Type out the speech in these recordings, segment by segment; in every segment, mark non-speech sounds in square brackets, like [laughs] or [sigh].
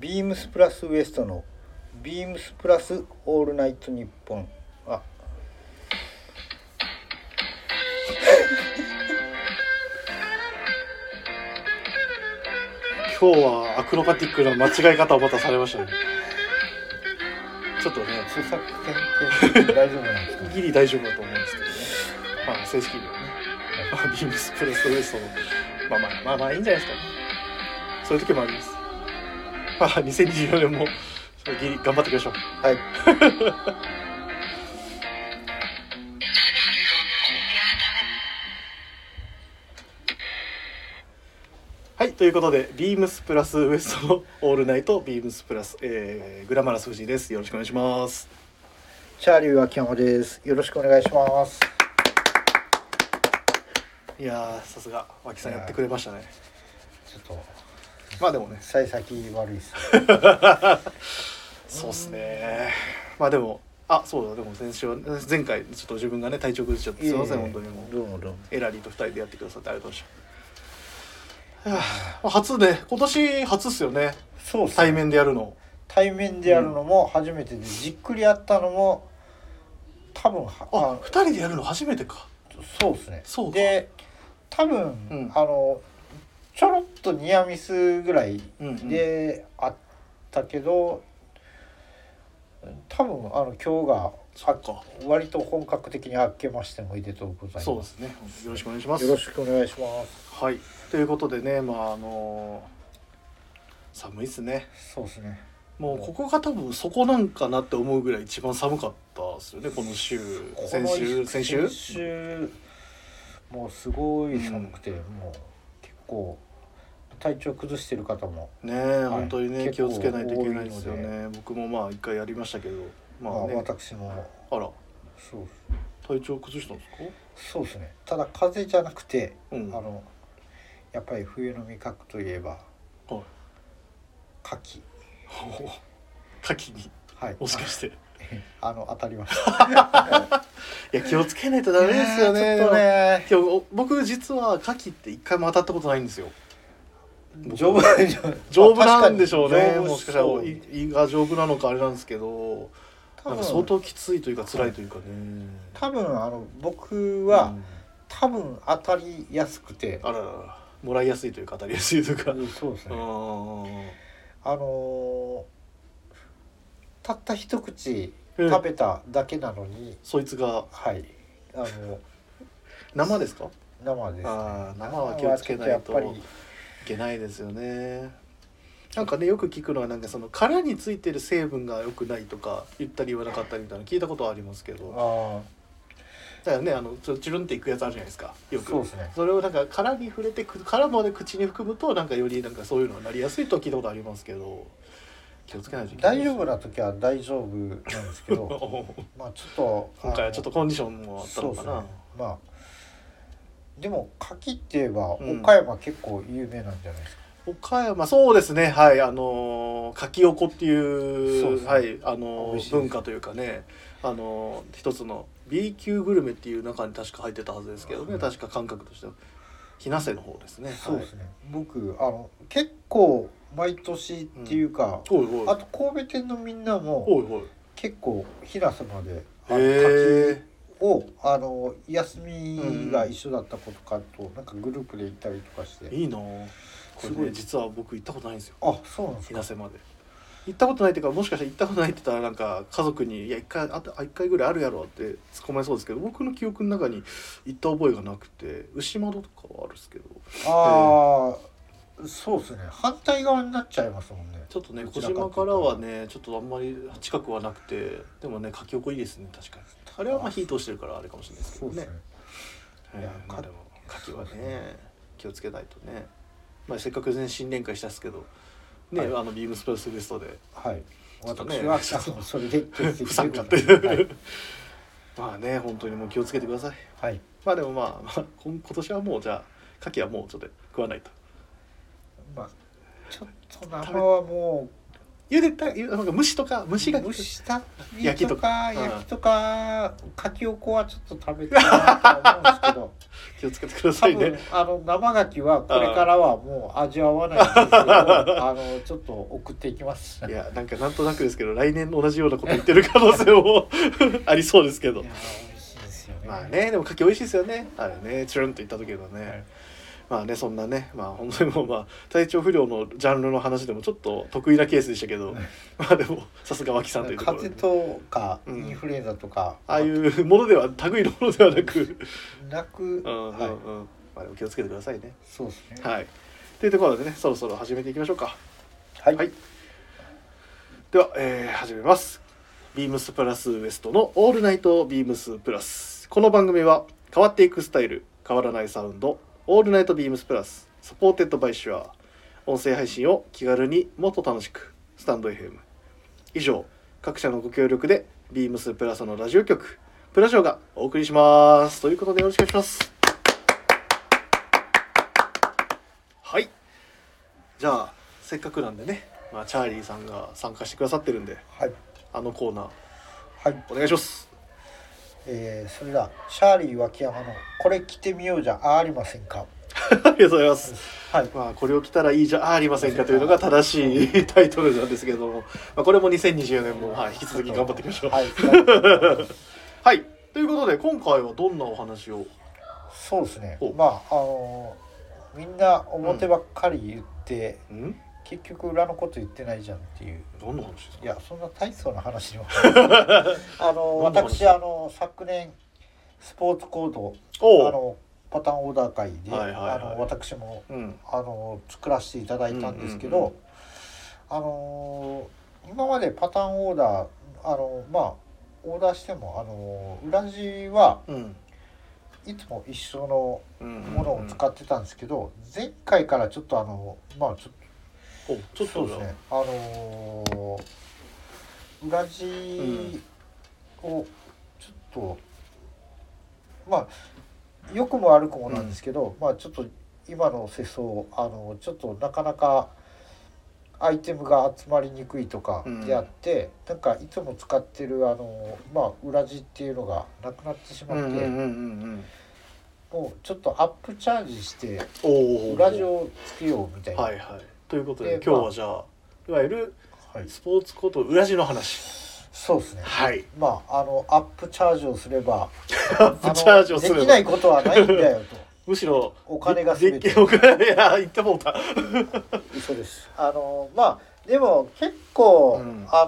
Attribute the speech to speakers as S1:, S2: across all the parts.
S1: ビームスプラスウエストのビームスプラスオールナイトニッポンあ
S2: 今日はアクロバティックな間違い方をまたされましたねちょっとね
S1: 著作権系大丈夫なんですかね
S2: ギリ大丈夫だと思うんですけどねまあ正式にはね、まあ、ビームスプレスウエストのまあまあまあまあいいんじゃないですかねそういう時もありますまあ2024年もそれギリ頑張っていきましょう
S1: はい
S2: はい、ということで、ビームスプラスウエストのオールナイトビームスプラス、えー、グラマラス藤井です。よろしくお願いします。
S1: チャーリー秋山ですよろしくお願いします
S2: いやー、さすが、脇さんやってくれましたね。
S1: ちょっと
S2: まあでもね、
S1: 幸先悪いっす
S2: そうっすね。まあでも、あ、そうだ、でも先週は、前回ちょっと自分がね、体調崩しちゃって、 [laughs] すいません、本当にもう。
S1: どうもどうも
S2: エラリーと二人でやってくださってありがとうございました。いやーまあ初ね、今年初っすよね、
S1: そうっすね
S2: 対面でやるの。
S1: 対面でやるのも初めてで、じっくりやったのも多分は
S2: あ
S1: あ、
S2: 二人でやるの初めてか。
S1: そうですね
S2: そうか
S1: で多分、
S2: うん
S1: あのちょろっとニアミスぐらい
S2: うんうん
S1: であったけど、多分あの今日が
S2: そっか。
S1: 割と本格的に明けましておめでとうございます
S2: そうですね。よろしくお願いします。
S1: よろしくお願いします
S2: はい、ということでね、まああの寒いですね。
S1: そうですね
S2: もうここが多分そこなんかなって思うぐらい一番寒かったですよね。この週、先週、先週。
S1: 週もうすごい寒くて、もう結構体調崩してる方も
S2: ねえ、本当にね
S1: 結構
S2: 気をつけないといけないので
S1: 多い
S2: ね。僕もまあ一回やりましたけど、
S1: まあ、
S2: まあね、
S1: 私も
S2: あら
S1: そうっす
S2: 体調崩したんですか？
S1: そうですねただ風邪じゃなくて、
S2: うん
S1: あのやっぱり冬の味覚といえば
S2: はい。
S1: 牡蠣
S2: 牡蠣に
S1: はい [laughs]
S2: もしかして。い
S1: あの当たりました
S2: や気をつけない [laughs] とダメですよね。
S1: [laughs] ちょっとね
S2: でも。今日僕実は牡蠣って一回も当たったことないんですよ。
S1: 丈夫
S2: [laughs] 丈夫なんでしょうね。
S1: 丈夫
S2: もしかしたら
S1: そう
S2: 胃胃が丈夫なのかあれなんですけど、
S1: 多
S2: なん
S1: 分
S2: か相当きついというか辛いというかね。
S1: 多分あの僕
S2: うん
S1: は、多分当たりやすくて
S2: あらららもらいやすいというか当たりやすいというか。うん
S1: うんそうですね
S2: は
S1: あのーたった一口
S2: うん
S1: 食べただけなのに、
S2: そいつが
S1: はいあの
S2: 生ですか？
S1: 生です、ね、
S2: あー生は気をつけないと
S1: 生はちょっやっぱり
S2: いけないですよね。なんかねよく聞くのはなんかその殻についてる成分が良くないとか言ったり言わなかったりみたいなの聞いたことはありますけど。
S1: あ
S2: だよねあのちょチュルンっていくやつあるじゃないですかよく
S1: そうですね
S2: れをなんか殻に触れてく殻まで口に含むとなんかよりなんかそういうのがなりやすいとは聞いたことありますけど気をつけないとい
S1: ー
S2: けない
S1: 大丈夫
S2: だ
S1: な時は大丈夫なんですけど [laughs] まあちょっと
S2: [laughs] 今回はちょっとコンディションもあった
S1: そう
S2: の
S1: で
S2: か
S1: す
S2: な、
S1: ねまあでも柿って言えば
S2: うん
S1: 岡山結構有名なんじゃないですか、
S2: 岡山そうですねはいあのー、かきおこってい
S1: そう
S2: う
S1: ですね
S2: はいあ
S1: 美
S2: の
S1: 味しいです
S2: ー文化というかねあのー一つの B 級グルメっていう中に確か入ってたはずですけどね、
S1: うん
S2: 確か感覚としては日生の方ですね
S1: そうですね、僕あの結構毎年っていうか、
S2: はい、おいおい
S1: あと神戸店のみんなも
S2: おいおい
S1: 結構日向まであの
S2: へえ
S1: 柿をあの休みが一緒だったことかと、なんかグループで行ったりとかして
S2: いいなあこ
S1: す
S2: れ
S1: ご
S2: ね
S1: い
S2: 実は僕行ったことないんですよ
S1: あそうなんです
S2: 日
S1: か
S2: 生まで行ったことないっていうかもしかしたら行ったことないって言ったらなんか家族に「いや一回あとあ一回ぐらいあるやろ」って突っ込まれそうですけど僕の記憶の中に行った覚えがなくて牛窓とかはあるんですけど
S1: ああそうですね反対側になっちゃいますもんね
S2: ちょっとね
S1: ど
S2: 小
S1: ちらかという
S2: 島
S1: と
S2: からはねちょっとあんまり近くはなくてでもね書き起こいいですね確かにあれはまあ火通してるからあれかもしれないですけ
S1: そ
S2: ど
S1: うで
S2: ね
S1: すね
S2: はいい
S1: や
S2: ま
S1: か
S2: あでも牡蠣はね気をつけないとね、まあ、せっかくね新年会したっすけどね、
S1: はい
S2: あのビームスプラスベストで
S1: はい
S2: ちょっとね
S1: 私はあのそれで欠席
S2: 不参加
S1: と
S2: と
S1: い
S2: いうう
S1: ことで
S2: まあね本当にもう気をつけてください
S1: はい、はい、
S2: まあでもまあ、まあ、こん今年はもうじゃあ牡蠣はもうちょっと食わないと
S1: まあちょっと生はもう
S2: 茹でたゆなんか蒸しとか蒸しが
S1: 蒸した
S2: 焼きとかうん
S1: 焼きとかかきおこはちょっと食べたいなと思うんです
S2: 気をつけてくださ
S1: け
S2: い
S1: ど多
S2: ね
S1: 分あの生牡蠣はこれからはもう味わわないんですけどあのちょっと送っていきます
S2: いやなんかなんとなくですけど来年同じようなこと言ってる可能性も [laughs] ありそうですけど
S1: いや美味しいですよね
S2: まあねでも柿美味しいですよねあれねチュルンといった時のね、
S1: はい
S2: まあねそんなねまあ本当にもうまあ体調不良のジャンルの話でもちょっと得意なケースでしたけど
S1: はい
S2: まあでもさすが脇さんというとこ
S1: 風
S2: ろで
S1: 邪とか
S2: うん
S1: インフルエンザとか、
S2: ああいうものでは類のものではなく
S1: なく、
S2: うんうんうん、
S1: はい
S2: まあでも気をつけてくださいね
S1: そうですね
S2: はいというところでねそろそろ始めていきましょうか
S1: は
S2: はいでは、えー始めますビームスプラスウエストのオールナイトビームスプラスこの番組は変わっていくスタイル変わらないサウンドオールナイトビームスプラスサポーテッドバイシュア音声配信を気軽にもっと楽しくスタンド FM 以上各社のご協力でビームスプラスのラジオ局プラジオがお送りしますということでよろしくお願いしますはいじゃあせっかくなんでね、まあ、チャーリーさんが参加してくださってるんで
S1: はい、
S2: あのコーナー
S1: はい
S2: お願いします [laughs]
S1: えーそれではシャーリー脇山の「これ着てみようじゃありませんか
S2: ありがとうございます。」
S1: はい
S2: まあ、これを着たらいいじゃあありませんかというのが正しいタイトルなんですけども、まあ、これも2024年も、はい、引き続き頑張っていきましょう。
S1: はいはい [laughs]
S2: はい、ということで今回はどんなお話を
S1: そうですね
S2: お
S1: まああのーみんな表ばっかり言って、
S2: ん
S1: 結局裏のこと言ってないじゃんっていう
S2: どんなお話ですか
S1: いやそんな大層な話では
S2: [laughs]
S1: あの
S2: どんな話
S1: 私あの昨年スポーツコード
S2: お
S1: あ
S2: う
S1: のパターンオーダー会で、
S2: はいはいはい
S1: あの私も
S2: うん
S1: あの作らせていただいたんですけど、
S2: うんうんうん
S1: あの今までパターンオーダーあのまあオーダーしてもあの裏地は
S2: うん
S1: いつも一緒の
S2: うん
S1: ものを使ってたんですけど、前回からちょっとあのまあちょっ
S2: おち
S1: と
S2: ょっ
S1: そ
S2: と
S1: うで
S2: じゃ
S1: す
S2: あ、
S1: ねあの裏地をちょっと、まあ良くも悪くもなんですけど、まあちょっと今の世相あのちょっとなかなかアイテムが集まりにくいとかであって、なんかいつも使ってるあのまあ裏地っていうのがなくなってしま
S2: うん
S1: っ
S2: う
S1: て、
S2: んうんうんうん
S1: もうちょっとアップチャージして
S2: おお
S1: 裏地をつけようみたいな、
S2: はいはいということで
S1: で
S2: 今日
S1: ま
S2: はじゃあいわゆる
S1: はい
S2: スポーツコート裏地の話
S1: そうですね
S2: はい
S1: まああのアップチャージをすれば
S2: [laughs] アップチャージをす
S1: あの
S2: る
S1: できないことはないんだよ
S2: [laughs]
S1: と
S2: むしろ
S1: お金が全て
S2: でお金いや言ってもうた
S1: 嘘ですあのまあでも結構、
S2: うん
S1: あ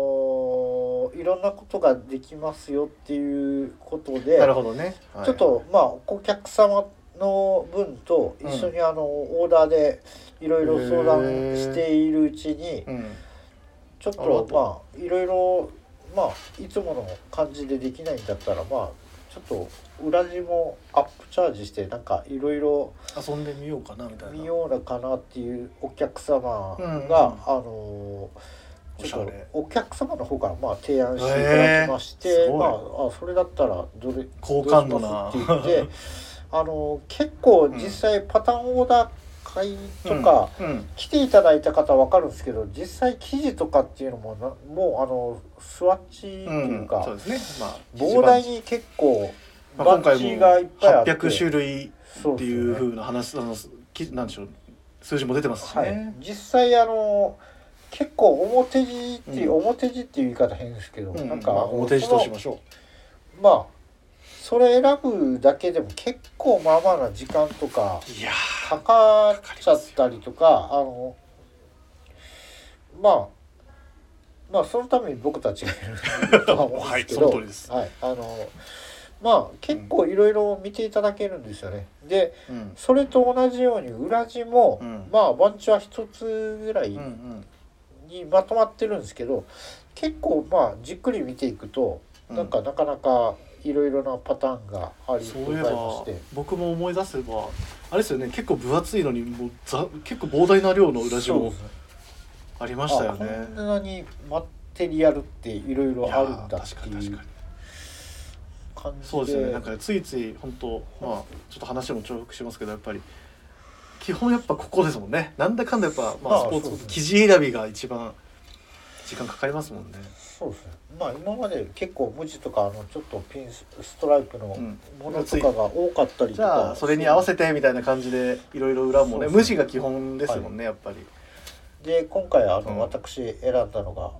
S1: のいろんなことができますよっていうことで
S2: なるほどね、
S1: ちょっとまあお客様の分と一緒にあの、オーダーでいろいろ相談しているうちに
S2: はい、うん
S1: ちょっ
S2: なるほ
S1: とまあいろいろまあいつもの感じでできないんだったらまあちょっと裏地もアップチャージしてなんかいろいろ
S2: 遊んでみようかなみたいな
S1: 見ようなかなっていうお客様が、
S2: うんうん
S1: あのーちょっ
S2: おし
S1: と
S2: ゃれ
S1: お客様の方からまあ提案していただきまして、
S2: へーすごい
S1: まああそれだったらどれ
S2: 好感度
S1: ど
S2: な
S1: うしますって言ってあのー結構実際パターンオーダー会とか、
S2: うんうん
S1: 来ていただいた方は分かるんですけど実際記事とかっていうのもなもうあのスワッチっていうか、
S2: そうですねまあ
S1: 膨大に結構
S2: まあ
S1: バ
S2: 今
S1: ッ
S2: 回
S1: ジ
S2: も
S1: がいっぱいあって
S2: 800種類
S1: そ
S2: って
S1: です
S2: い
S1: よね
S2: うふうな話あのきなんでしょう数字も出てますしね、
S1: はい、実際あの結構表地っていう、
S2: う
S1: 表地っていう言い方変ですけど、
S2: うん
S1: なんか、
S2: まあ、表示としま
S1: そ
S2: しょ
S1: のまあそれ選ぶだけでも結構まあまあな時間とか
S2: ういや
S1: かかっちゃったりとかあのまあまあそのために僕たちがいるとは思うんですけど
S2: [laughs] はいその通りです
S1: はいあのまあ結構いろいろ見ていただけるんですよね。で
S2: ーうん
S1: それと同じように裏地も、
S2: うん
S1: まあ番地は一つぐらい
S2: うんうん
S1: にまとまってるんですけど結構まあじっくり見ていくと、
S2: うん
S1: なんかなかなかいろいろなパターンがあり
S2: そう
S1: ご
S2: い
S1: ざい
S2: え
S1: まし
S2: ば
S1: て。
S2: 僕も思い出せばあれですよね結構分厚いのにもうざ結構膨大な量の裏地
S1: そう
S2: も
S1: ですね
S2: ありましたよね
S1: あこんなにマテリアルっていろいろあるんだ
S2: いやー
S1: って
S2: 確か
S1: い
S2: に
S1: う
S2: 確かに
S1: 感じで
S2: そうですよねなんかついつい本当まあちょっと話も重複しますけどやっぱり基本やっぱここですもんねなんだかんだやっぱ、まあ、
S1: まあ
S2: スポーツ
S1: そう
S2: の
S1: ですね
S2: 記事選びが一番時間かかりますもんね
S1: そうですねまあ今まで結構無地とかあのちょっとピンスストライプの
S2: うん
S1: ものとかが多かったりと
S2: じ
S1: か、
S2: ゃあそれに合わせてみたいな感じでいろいろ裏もね
S1: そうそう
S2: 無地が基本ですもんねやっぱり
S1: で今回あの、
S2: うん
S1: 私選んだのが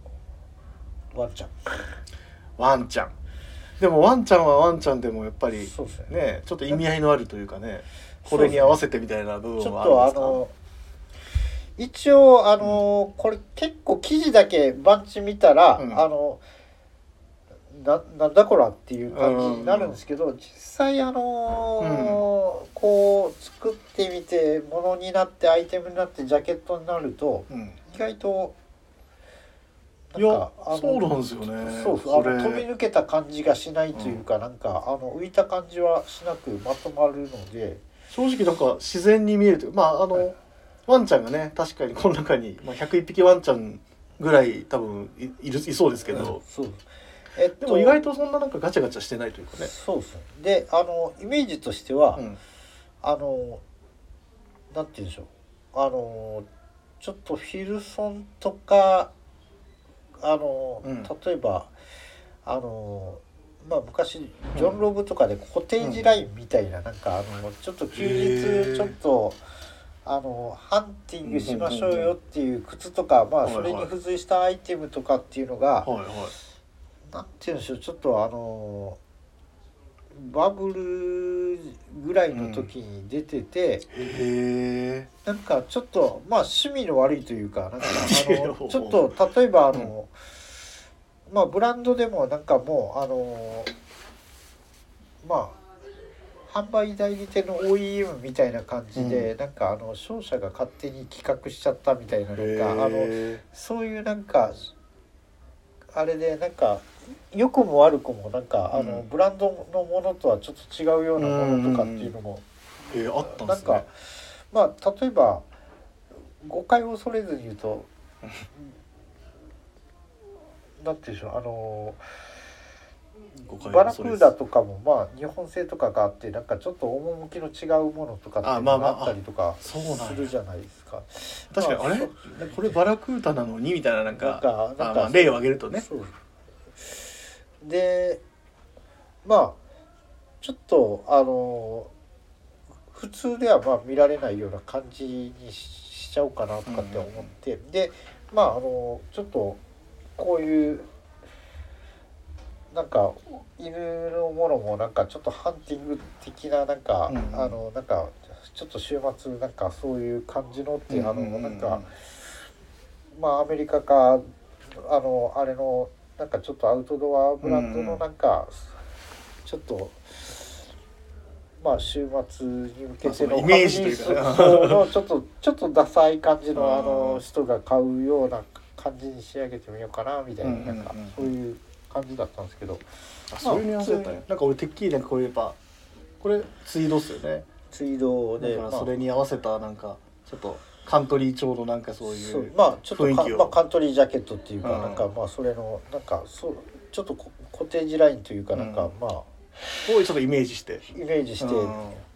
S1: ワンちゃん
S2: ワンちゃんでもワンちゃんはワンちゃんでもやっぱり
S1: そうですね
S2: ねちょっと意味合いのあるというかねこれに合わせてみたいな部
S1: ち
S2: 分
S1: ょっ
S2: はある
S1: とあ
S2: んですか
S1: の一応あの、これ結構記事だけバンチ見たら、
S2: うん
S1: あのななんだこらっていう感じになるんですけど、実際あの、こう作ってみてものになってアイテムになってジャケットになると
S2: うん
S1: 意外と
S2: いやそうなんですよね
S1: そうそうあ
S2: そ
S1: の
S2: れ
S1: 飛び抜けた感じがしないというか、なんかあの浮いた感じはしなくまとまるので
S2: 正直なんか自然に見えるというまああの、
S1: はい
S2: ワンちゃんがね確かにこの中に、まあ、101匹ワンちゃんぐらい多分いいるいそうですけど、
S1: そうえっと
S2: でも意外とそんななんかガチャガチャしてないというかね、
S1: そうですねであのイメージとしては、
S2: うん
S1: あのなんて言うんでしょうあのちょっとヒルソンとかあの、
S2: うん
S1: 例えばあのまあ昔ジョン・ロブとかでコテージラインみたいな、なんかあのちょっと休
S2: へー
S1: 日ちょっと。あのハンティングしましょうよっていう靴とか、まあ、
S2: はいは
S1: そ
S2: い
S1: れに付随したアイテムとかっていうのが、
S2: はいはい
S1: なんて言うんでしょうちょっとあのバブルぐらいの時に出てて、
S2: へえ
S1: なんかちょっとまあ趣味の悪いというかなんかあ
S2: いやも
S1: [laughs] の
S2: う
S1: ちょっと例えばあの、まあブランドでもなんかもうあのまあ販売代理店の OEM みたいな感じで、なんかあの商社が勝手に企画しちゃったみたいななんかあのそういうなんかあれでなんか良くも悪くもなんか、あ
S2: う
S1: の
S2: ん
S1: ブランドのものとはちょっと違うようなものとかっていうのも、
S2: えあったんで
S1: なん
S2: すね
S1: かまあ例えば誤解を恐れずに言う
S2: [laughs]
S1: となんていうんでしょうあの
S2: 誤解
S1: バ
S2: は
S1: ラク
S2: それで
S1: ー
S2: す
S1: ダとかもまあ日本製とかがあってなんかちょっと趣の違うものとかっていう
S2: あ
S1: の
S2: まあま
S1: が
S2: あ
S1: あったりとか
S2: そうなんや
S1: するじゃないですか。
S2: 確かに
S1: ま
S2: あれ
S1: そう
S2: これバラクーダなのにみたいななん
S1: なん
S2: か
S1: かなん
S2: あ
S1: か
S2: まあ例を挙げるとね
S1: そうでまあちょっとあの普通ではまあ見られないような感じにししちゃおうかなとかって思って、でまああのちょっとこういうなんか犬のものもなんかちょっとハンティング的ななんか、
S2: うんうん
S1: あのなんかちょっと週末なんかそういう感じのって、あ
S2: うんうんう
S1: の
S2: ん
S1: なんか。まあ、アメリカかあのあれのなんかちょっとアウトドアブランドのなんか、ちょっとまあ週末に向けて
S2: まあその
S1: の
S2: イメージというか
S1: ファミリー層のちょっとちょっとダサい感じ
S2: うん
S1: のあの人が買うような感じに仕上げてみようかなみたいな,、
S2: うんうんうん
S1: なんかそういう感じだったんですけど
S2: あそういうニュアンスだったねなんか俺てっきりなんかこれやっぱこれツイードっすよね
S1: ツイード
S2: だ
S1: で、
S2: から
S1: まあ
S2: それに合わせたなんかちょっとカントリー調のなんかそうい
S1: そううまあちょっ
S2: 雰
S1: と
S2: 囲
S1: か
S2: 気を
S1: まあ、カントリージャケットっていうか、
S2: うん
S1: なんかまあそれのなんかそうちょっとこコテージラインというかなんか、
S2: うん
S1: まあ
S2: をちょっとイメージして
S1: イメージして、
S2: うん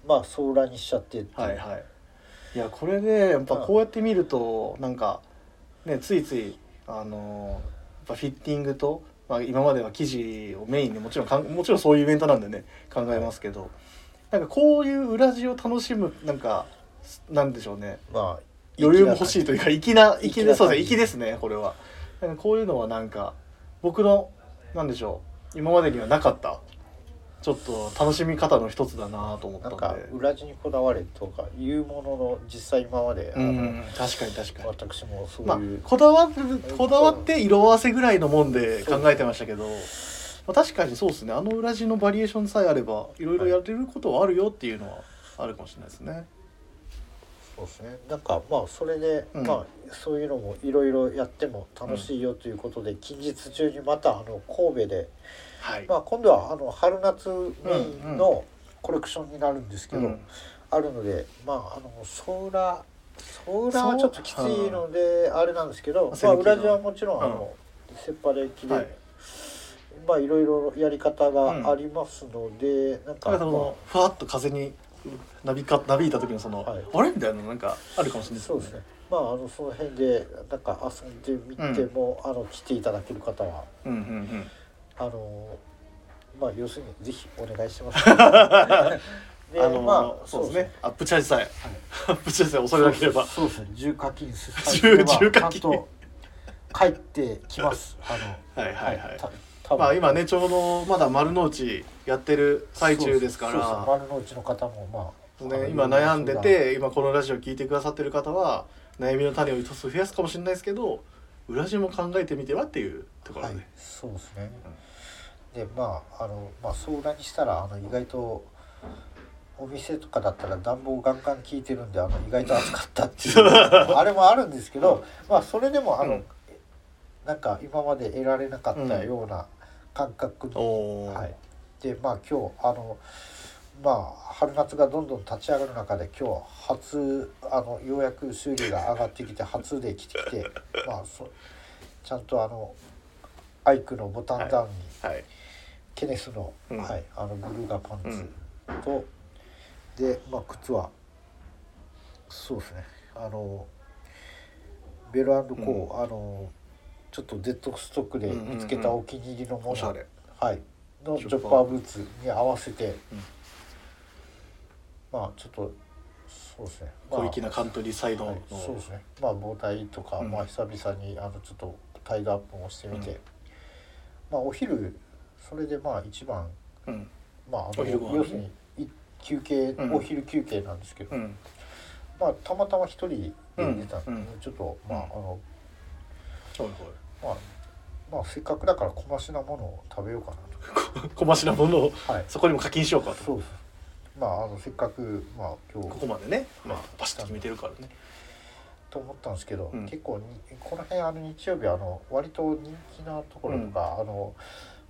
S1: まあソーラーにしちゃってっていう
S2: はいはいいやこれねやっぱこうやって見るとなんかねついついあのーやっぱフィッティングと、まあ、今までは生地をメインでもちろんかんもちろんそういうイベントなんでね考えますけどなんかこういう裏地を楽しむなんかなんでしょうね
S1: まあ
S2: 余裕も欲しい
S1: い
S2: というか粋な粋で
S1: 粋な感じ
S2: そうですね粋ですねこれはなんかこういうのはなんか僕のなんでしょう今までにはなかったちょっと楽しみ方の一つだなと思った
S1: なん
S2: ん
S1: か
S2: で
S1: 裏地にこだわれとかいうものの実際今まで、
S2: うん確かに確
S1: あ
S2: か
S1: の
S2: に
S1: 私もそう
S2: まあ
S1: いう、
S2: こだわるこだわって色合わせぐらいのもんで考えてましたけど、まあ、確かにそうですねあの裏地のバリエーションさえあればいろいろやれることはあるよっていうのはあるかもしれないですね
S1: そうですねなんかまあそれで、
S2: うん
S1: まあそういうのもいろいろやっても楽しいよということで、近日中にまたあの神戸で、
S2: はい、
S1: まあ、今度はあの春夏メイン
S2: う
S1: のコレクションになるんですけど、
S2: うん
S1: あるのでまああのソーラーソーラーはちょっときついのであれなんですけど、
S2: セ
S1: まあ、
S2: ルキーの
S1: 裏地はもちろんあの、セパレー機で、
S2: はい
S1: まあいろいろやり方がありますので、なん
S2: だ
S1: か、
S2: から
S1: ま
S2: そ
S1: あ
S2: のふわっと風になびかなびいた時のその、
S1: はい
S2: あれみたいなのなんかあるかもしれない
S1: そうですね。まああのその辺でなんか遊んでみても、あの来ていただける方は
S2: うんうんうん
S1: あのまあ要するにぜひお願いし
S2: [laughs]
S1: ます。で、
S2: あの
S1: まあ
S2: そうですね。アップチャージさえ、アップチャージさえ恐
S1: そう
S2: れ
S1: で
S2: な
S1: す
S2: ければ
S1: そうですね。重課金する。
S2: 重重課金
S1: ちゃんと帰ってき
S2: [laughs]
S1: ます。あの
S2: はいはいはい
S1: た多分
S2: まあ今ねちょうどまだ丸の内やってる最中ですか
S1: そうそうそう
S2: ら
S1: 丸の内の方もまああの
S2: ね、今悩んでて今このラジオ聞いてくださってる方は悩みの種を一つ増やすかもしれないですけど裏地も考えてみてはっていうところ
S1: は
S2: で、
S1: い、そうですね。で、まあ、あの、まあ、相談にしたら、あの、意外と。お店とかだったら暖房ガンガン効いてるんであの意外と暑かったって
S2: [laughs]
S1: いうあれもあるんですけど、まあ、それでもあの、
S2: うん
S1: なんか今まで得られなかったような感覚に
S2: おお、
S1: はい、でまあ今日あのまあ春夏がどんどん立ち上がる中で今日初あのようやく修理が上がってきて初で来てき
S2: [laughs]
S1: てまあそちゃんとあのアイクのボタンダウンに、
S2: はい
S1: ケネスの,、
S2: うん
S1: はい、あのブルーガパンツと、で、まあ、靴はそうですねあのベルコー、あのちょっとデッドストックで見つけたお気に入りのもの、
S2: おしゃれ
S1: はい、の
S2: ジ
S1: ジ
S2: ョ
S1: ョ
S2: ッパ
S1: ッ
S2: ー
S1: パーブーツに合わせて、
S2: うん
S1: まあちょっとそうですね、まあ
S2: 小粋なカントリーサイドの、
S1: はいそうですねまあ防体とか、
S2: うん
S1: まあ久々にあのちょっとタイドアップもしてみて、
S2: うん
S1: まあお昼それでまあ一番
S2: うん
S1: まああ
S2: お
S1: の
S2: 昼ご飯ね
S1: 要するにい休憩、
S2: うん
S1: お昼休憩なんですけど、
S2: うん
S1: まあたまたま一人で出たんで、
S2: うん
S1: ちょっとまああの
S2: はい
S1: まあまあせっかくだから小増しなものを食べようかな
S2: はい小柱ものを
S1: とはい
S2: そこにも課金しようかと
S1: そうですまああのせっかくまあ今
S2: こ
S1: 日
S2: こまでねまあバシッと決めてるからね
S1: と思ったんですけど、
S2: うん
S1: 結構にこの辺あの日曜日あの割と人気なところとか、あの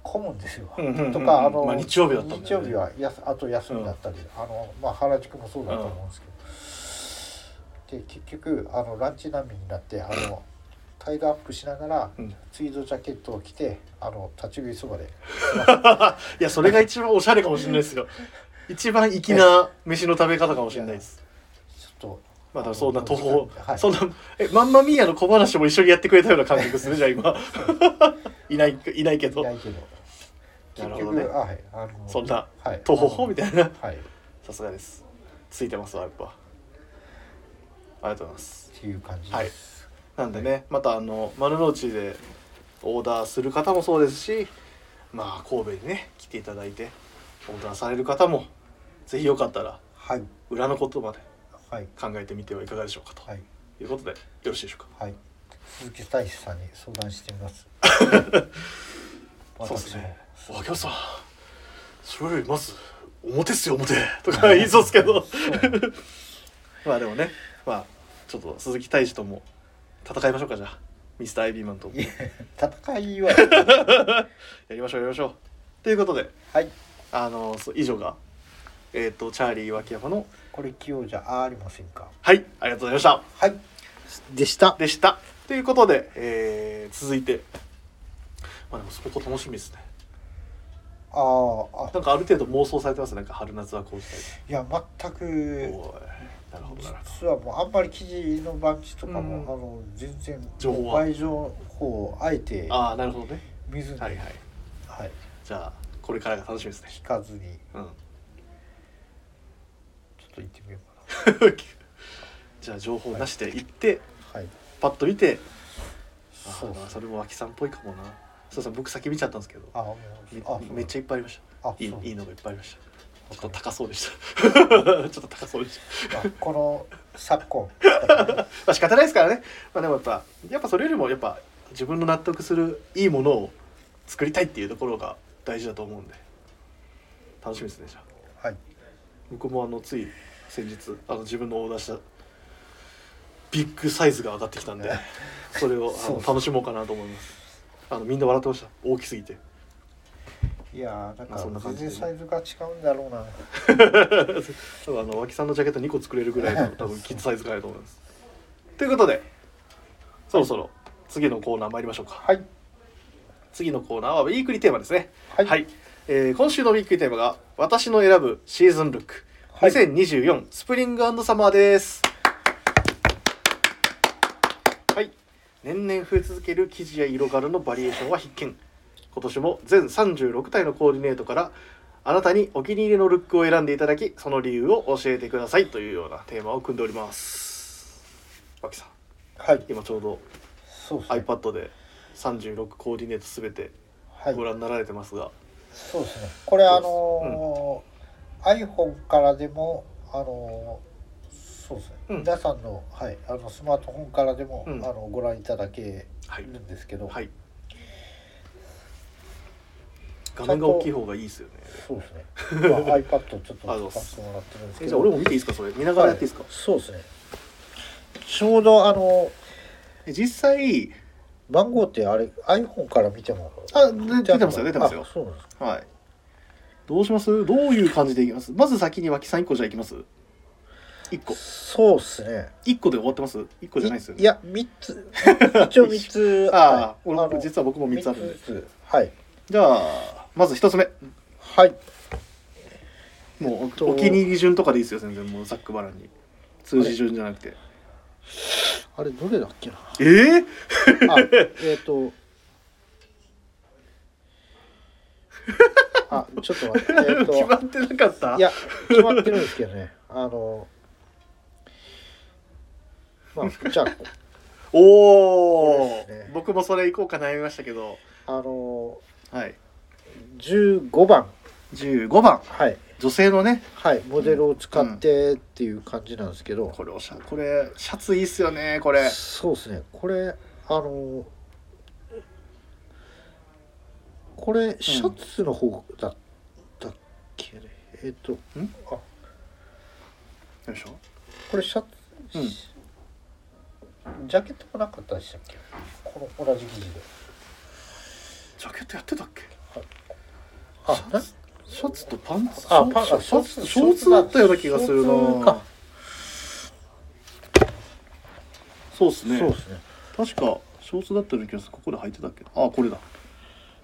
S1: 混むんですよ、
S2: うんうんうんうん
S1: とかあの、
S2: まあ日曜日だったんだよね
S1: 日曜日はやすあと休みだったり、あのまあ原宿もそうだと思うんですけど、で結局あのランチ並みになってあのタイドアップしながら、
S2: [laughs] うん
S1: ツイードジャケットを着てあの立ち食いそばで
S2: いやそれが一番おしゃれかもしれないですよ [laughs] 一番粋な飯の食べ方かもしれないです
S1: ちょっと
S2: まあ、だからそんな徒歩、
S1: はい
S2: そんなえマンマミーヤの小話も一緒にやってくれたような感覚するじゃん今 [laughs] いないいないけ
S1: い
S2: ど
S1: ないけど
S2: な
S1: 結
S2: るほど
S1: 局、
S2: ね
S1: あはいあの
S2: そんな
S1: はい
S2: 徒歩みたいな
S1: あのはいっ
S2: さすがですついてますわやっぱありがとうございます
S1: ていう感じ
S2: はい
S1: です、
S2: なんでねまたあの丸の内でオーダーする方もそうですしまあ神戸にね来ていただいてオーダーされる方もぜひよかったら
S1: はい
S2: 裏のことまで
S1: はい
S2: 考えてみてはいかがでしょうかと、
S1: はい
S2: い、うことでよろしいでしょうか
S1: はい鈴木大志さんに相談してみます
S2: [laughs] そうですね。
S1: 私
S2: お
S1: も
S2: 客さん、それよりまず表っすよ表とか言いそうです
S1: [laughs]
S2: けど、まあでもね、まあちょっと鈴木大使とも戦いましょうかじゃあ、ミスターエビーマンとも
S1: いや戦い
S2: [laughs]
S1: は
S2: やりましょうやりましょう。ということで、
S1: はい
S2: あのそう以上がえっ、とチャーリー脇山の
S1: これ器用じゃありませんか
S2: はいありがとうございました
S1: はいでした
S2: でした。ということで、えー続いて、まあでもそこ楽しみですね。
S1: あーあ
S2: なんかある程度妄想されてますねなんか春夏はこうし
S1: い
S2: た
S1: や全
S2: い。
S1: く
S2: おいなるほどなるほど。
S1: 実はもうあんまり記事の番地とかも、
S2: うん
S1: あの全然
S2: 情報は
S1: 倍情報をあえて
S2: ああなるほどね
S1: 見ずに、
S2: はいはい
S1: はい
S2: じゃあこれからが楽しみですね
S1: 聞かずに
S2: うん [laughs]
S1: ちょっと行ってみようか
S2: じゃあ情報なしで行って、
S1: なはい
S2: パッと見てあ
S1: そう
S2: ー
S1: です
S2: そ
S1: ね
S2: れも脇さんっぽいかもなそうそう僕先見ちゃったんですけど
S1: あもう
S2: め
S1: あ
S2: めっちゃいっぱいありまし
S1: あ
S2: たいい
S1: そう
S2: いいのがいっぱいありました
S1: ゃ
S2: ちょっと高そうでした [laughs] ちょっと高そうでした
S1: まあこの昨今
S2: まあ仕方ないですからねまあでもやっぱやっぱそれよりもやっぱ自分の納得するいいものを作りたいっていうところが大事だと思うんで楽しみですねじゃあ
S1: はい
S2: 僕もあのつい先日あの自分のオーダーしたビッグサイズが上がってきたんでそれをあ
S1: そう
S2: の
S1: そう
S2: 楽しもうかなと思いますあのみんな笑ってました大きすぎて
S1: いやー
S2: まあそん
S1: な
S2: な
S1: か
S2: ん
S1: 全
S2: 感じで
S1: 然サイズが違うんだろうな
S2: 多分あの脇さんのジャケット2個作れるぐらいの多分キッズサイズがあると思いますということでそろそろ次のコーナー参りましょうか
S1: はい
S2: 次のコーナーはウィークリーテーマですね
S1: はい
S2: えー今週のウィークリーテーマが「私の選ぶシーズンルック」
S1: はい
S2: 2024スプリングサマーですはい年々増え続ける生地や色柄のバリエーションは必見今年も全36体のコーディネートからあなたにお気に入りのルックを選んでいただきその理由を教えてくださいというようなテーマを組んでおります脇さん
S1: はい
S2: 今ちょうど
S1: そうですね
S2: iPad で36コーディネートすべて
S1: はい
S2: ご覧になられてますが、
S1: そうですねこれあのー iPhone からでもあのーそうですね、
S2: うん
S1: 皆さんの,、はい、あのスマートフォンからでも、
S2: うん
S1: あのご覧いただけ
S2: はい
S1: るんですけど、
S2: はい。画面が大きい方がいいですよね。
S1: そうですね、
S2: [laughs]
S1: まあ、iPad ちょっと
S2: ありがとうご
S1: 使
S2: ざいます
S1: わせてもらってるんです
S2: え
S1: け
S2: じ
S1: ど
S2: ゃあ俺も見ていいですかそれ見ながらやっていいですか、
S1: はいそうですねちょうどあの
S2: え実際
S1: 番号ってあれ iPhone から見ても
S2: あ出てますよ出てますよ
S1: あそうなんですか
S2: はいどうしますどういう感じでいきますまず先に脇さん1個じゃあいきます1個
S1: そうですね
S2: 1個で終わってます1個じゃないですよね
S1: いや三
S2: [laughs]
S1: つ一応三つ
S2: ああ、俺
S1: はいあの
S2: 実は僕も3つあるんで
S1: 三ずつはい
S2: じゃあまず1つ目
S1: はい
S2: もう
S1: と
S2: おお気に入り順とかでいいですよ全然もうざっくばらんに数字順じゃなくて
S1: [laughs] あれどれだっけな
S2: えー、
S1: あえっ、
S2: [laughs]
S1: とあちょっと
S2: [laughs]
S1: 待ってえっ、
S2: 決ま
S1: と
S2: ってなかった
S1: いや決まってるんですけどねあのまあじゃあ
S2: おお、
S1: これですね
S2: 僕もそれ行こうか悩みましたけど
S1: あの
S2: はい
S1: 15番
S2: 15番
S1: はい
S2: 女性のね
S1: はいモデルを使ってっていう感じなんですけど、
S2: これおしゃこれシャツいいっすよねこれ
S1: そうですねこれあのこれシャツの方だったっけね、えっ、と
S2: ん
S1: あ
S2: よいしょ
S1: これシャツ、ジャケットもなかったでしたっけこの同じ生地で
S2: ジャケットやってたっけ
S1: あな
S2: シャツとパンツ
S1: あパンあ
S2: シャシャ
S1: シャ
S2: ツ
S1: ツ
S2: ショーツだったような気がする
S1: ショーツ
S2: な
S1: か
S2: そうっすね
S1: そうですね
S2: 確かショーツだったような気がするここで履いてたっけあこれだ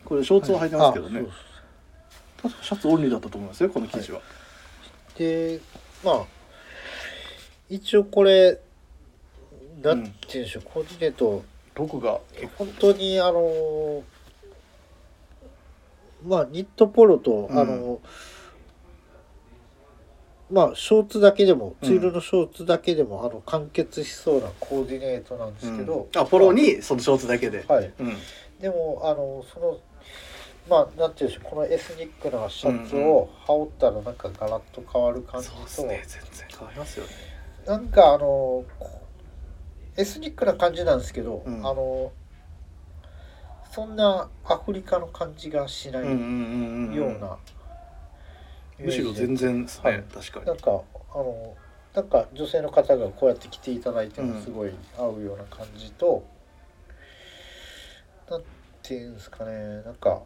S2: これショーツを履いてますけどね、
S1: あそうです
S2: 確かシャツオンリーだったと思いますよこの生地は、
S1: でまあ一応これな
S2: うん
S1: んて言うんでしょう、コーディネート
S2: どこが
S1: 本当にあのまあニットポロと、
S2: うん
S1: あのまあショーツだけでも
S2: うん
S1: ツイルのショーツだけでも、あの完結しそうなコーディネートなんですけど、
S2: うんあポロにそのショーツだけで、
S1: はい
S2: うん
S1: でもあのそのまあなんていうんでしょうこのエスニックなシャツを羽織ったらなんかガラッと変わる感じ
S2: そうです
S1: と、
S2: ね全然変わりますよね
S1: なんかあのこエスニックな感じなんですけど、
S2: うん
S1: あのそんなアフリカの感じがしないよ
S2: ん
S1: うな、
S2: むしろ全然ですね、
S1: はい
S2: 確か
S1: なんかあのなんか女性の方がこうやって来ていただいて
S2: う
S1: も
S2: ん
S1: すごい合うような感じと、なんていうんですかねなんか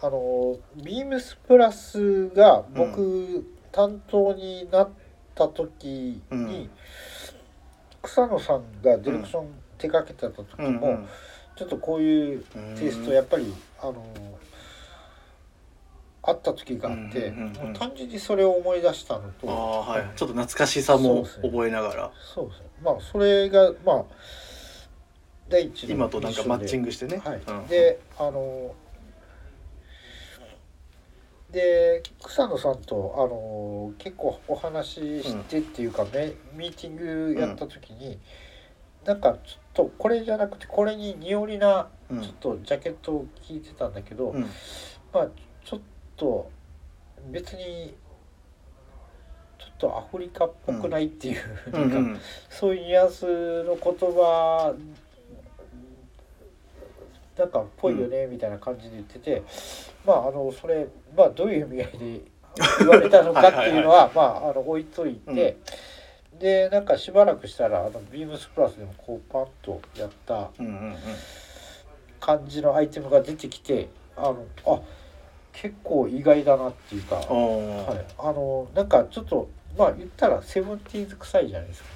S1: あのビームスプラスが僕、担当になった時に、
S2: うん
S1: 草野さんがディレクション手掛けてた時
S2: に
S1: も、ちょっとこういうテイストやっぱり、あのあった時があって、
S2: うんうんうんうん
S1: もう単純にそれを思い出したのと
S2: ああはいちょっと懐かしさも覚えながら、
S1: そうですねまあそれがまあ第一の
S2: 今となんかマッチン
S1: グ
S2: グしてね、
S1: はい、
S2: うん
S1: であので草野さんとあの結構お話ししてっていうか、ねミーティングやった時に、なんかちょっとこれじゃなくてこれににおりな
S2: うん
S1: ちょっとジャケットを聞いてたんだけど、
S2: うん
S1: まあちょっと別にちょっとアフリカっぽくないっていう、
S2: うんう
S1: なんか
S2: ん
S1: そういうニュアンスの言葉なんかっぽいよねみたいな感じで言ってて、まああのそれまあどういう意味合いで言われたのかっていうのはまああの置いといて、でなんかしばらくしたらあのビームスプラスでもこうパンとやった
S2: うんうん
S1: 感じのアイテムが出てきてあのあ結構意外だなっていうか、
S2: う
S1: は
S2: んああ、
S1: い、あのなんかちょっとまあ言ったらセブンティーズ臭いじゃないですか。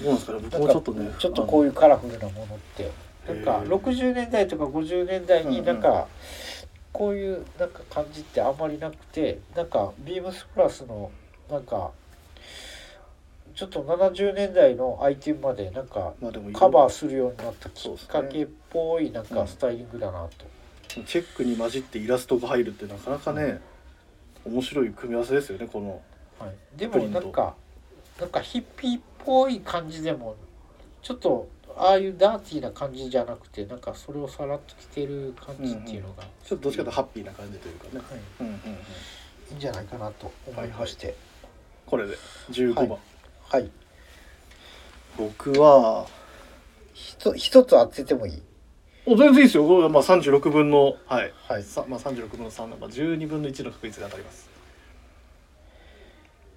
S2: どうなんですかね僕
S1: なん
S2: も
S1: か
S2: ちょっとね
S1: ちょっとこういうカラフルなものってなんか
S2: へー
S1: 60年代とか50年代
S2: うんう
S1: に
S2: ん
S1: なんかこういうなんか感じってあんまりなくてなんかビームスプラスのなんかちょっと70年代のアイテムまでなんか
S2: まあでもいろいろ
S1: カバーするようになったき
S2: そう
S1: っ
S2: ですね
S1: かけっぽいなん
S2: う
S1: か
S2: ん
S1: スタイリングだなと、
S2: チェックに混じってイラストが入るってなかなかね面白い組み合わせですよねこの
S1: はい、で
S2: プ
S1: も
S2: リント
S1: なんかなんかヒッピーっぽい感じでもちょっとああいうダーティーな感じじゃなくてなんかそれをさらっと着てる感じっていうのが、
S2: ちょっとどっちかというとハッピーな感じというかね、
S1: はい、
S2: うんうんうん、
S1: いいんじゃないかなと思いまして
S2: これで15番、
S1: はいはい
S2: 僕は
S1: ひと一つ当ててもいい
S2: お全然いいですよこれはまあ36分のはい、
S1: はい
S2: さまあ、36分の3なんか12分の1の確率が当たります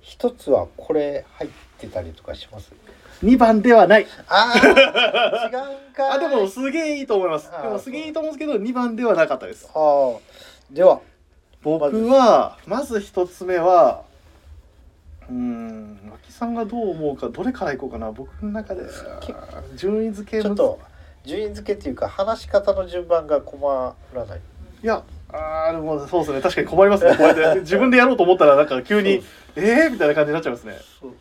S1: 一つはこれ入ってたりとかします
S2: 2番ではない
S1: ああ [laughs] 違うんか
S2: あ
S1: い
S2: でもすげえいいと思います
S1: あー
S2: でもすげえいいと思うんですけど2番ではなかったです
S1: ああでは
S2: 僕はまず一つ目はうーん脇さんがどう思うかどれからいこうかな僕の中で順位付け
S1: ちょ
S2: む
S1: っと順位付けっていうか話し方の順番が困らない
S2: いやあーでもそうですね確かに困りますねこうやって自分でやろうと思ったらなんか急に「えー?」みたいな感じになっちゃいますね
S1: そう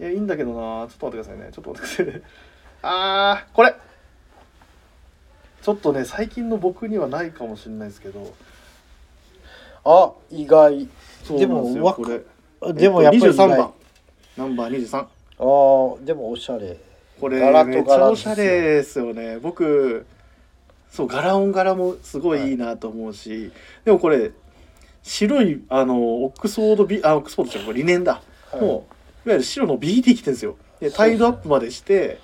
S2: いやいいんだけどなちょっと待ってくださいねちょっと待ってくださいね [laughs] あーこれちょっとね最近の僕にはないかもしれないですけど
S1: あ意外
S2: そうなんです
S1: でも
S2: よ
S1: わ
S2: これ
S1: でもやっぱり
S2: えっと
S1: 意
S2: 23
S1: 外
S2: 番ナンバー23
S1: あーでもおしゃれ
S2: これ
S1: 柄と柄
S2: めっちゃ
S1: で
S2: お
S1: す
S2: し
S1: よ
S2: ゃれですよね僕そう柄音柄もすごいいいなと思うし、でもこれ白いあのオックスフォードビあオックスフォードじゃんこれリネンだ、
S1: はい
S2: もういわゆる白の BD 着てるんですよでタイドアップまでしてっ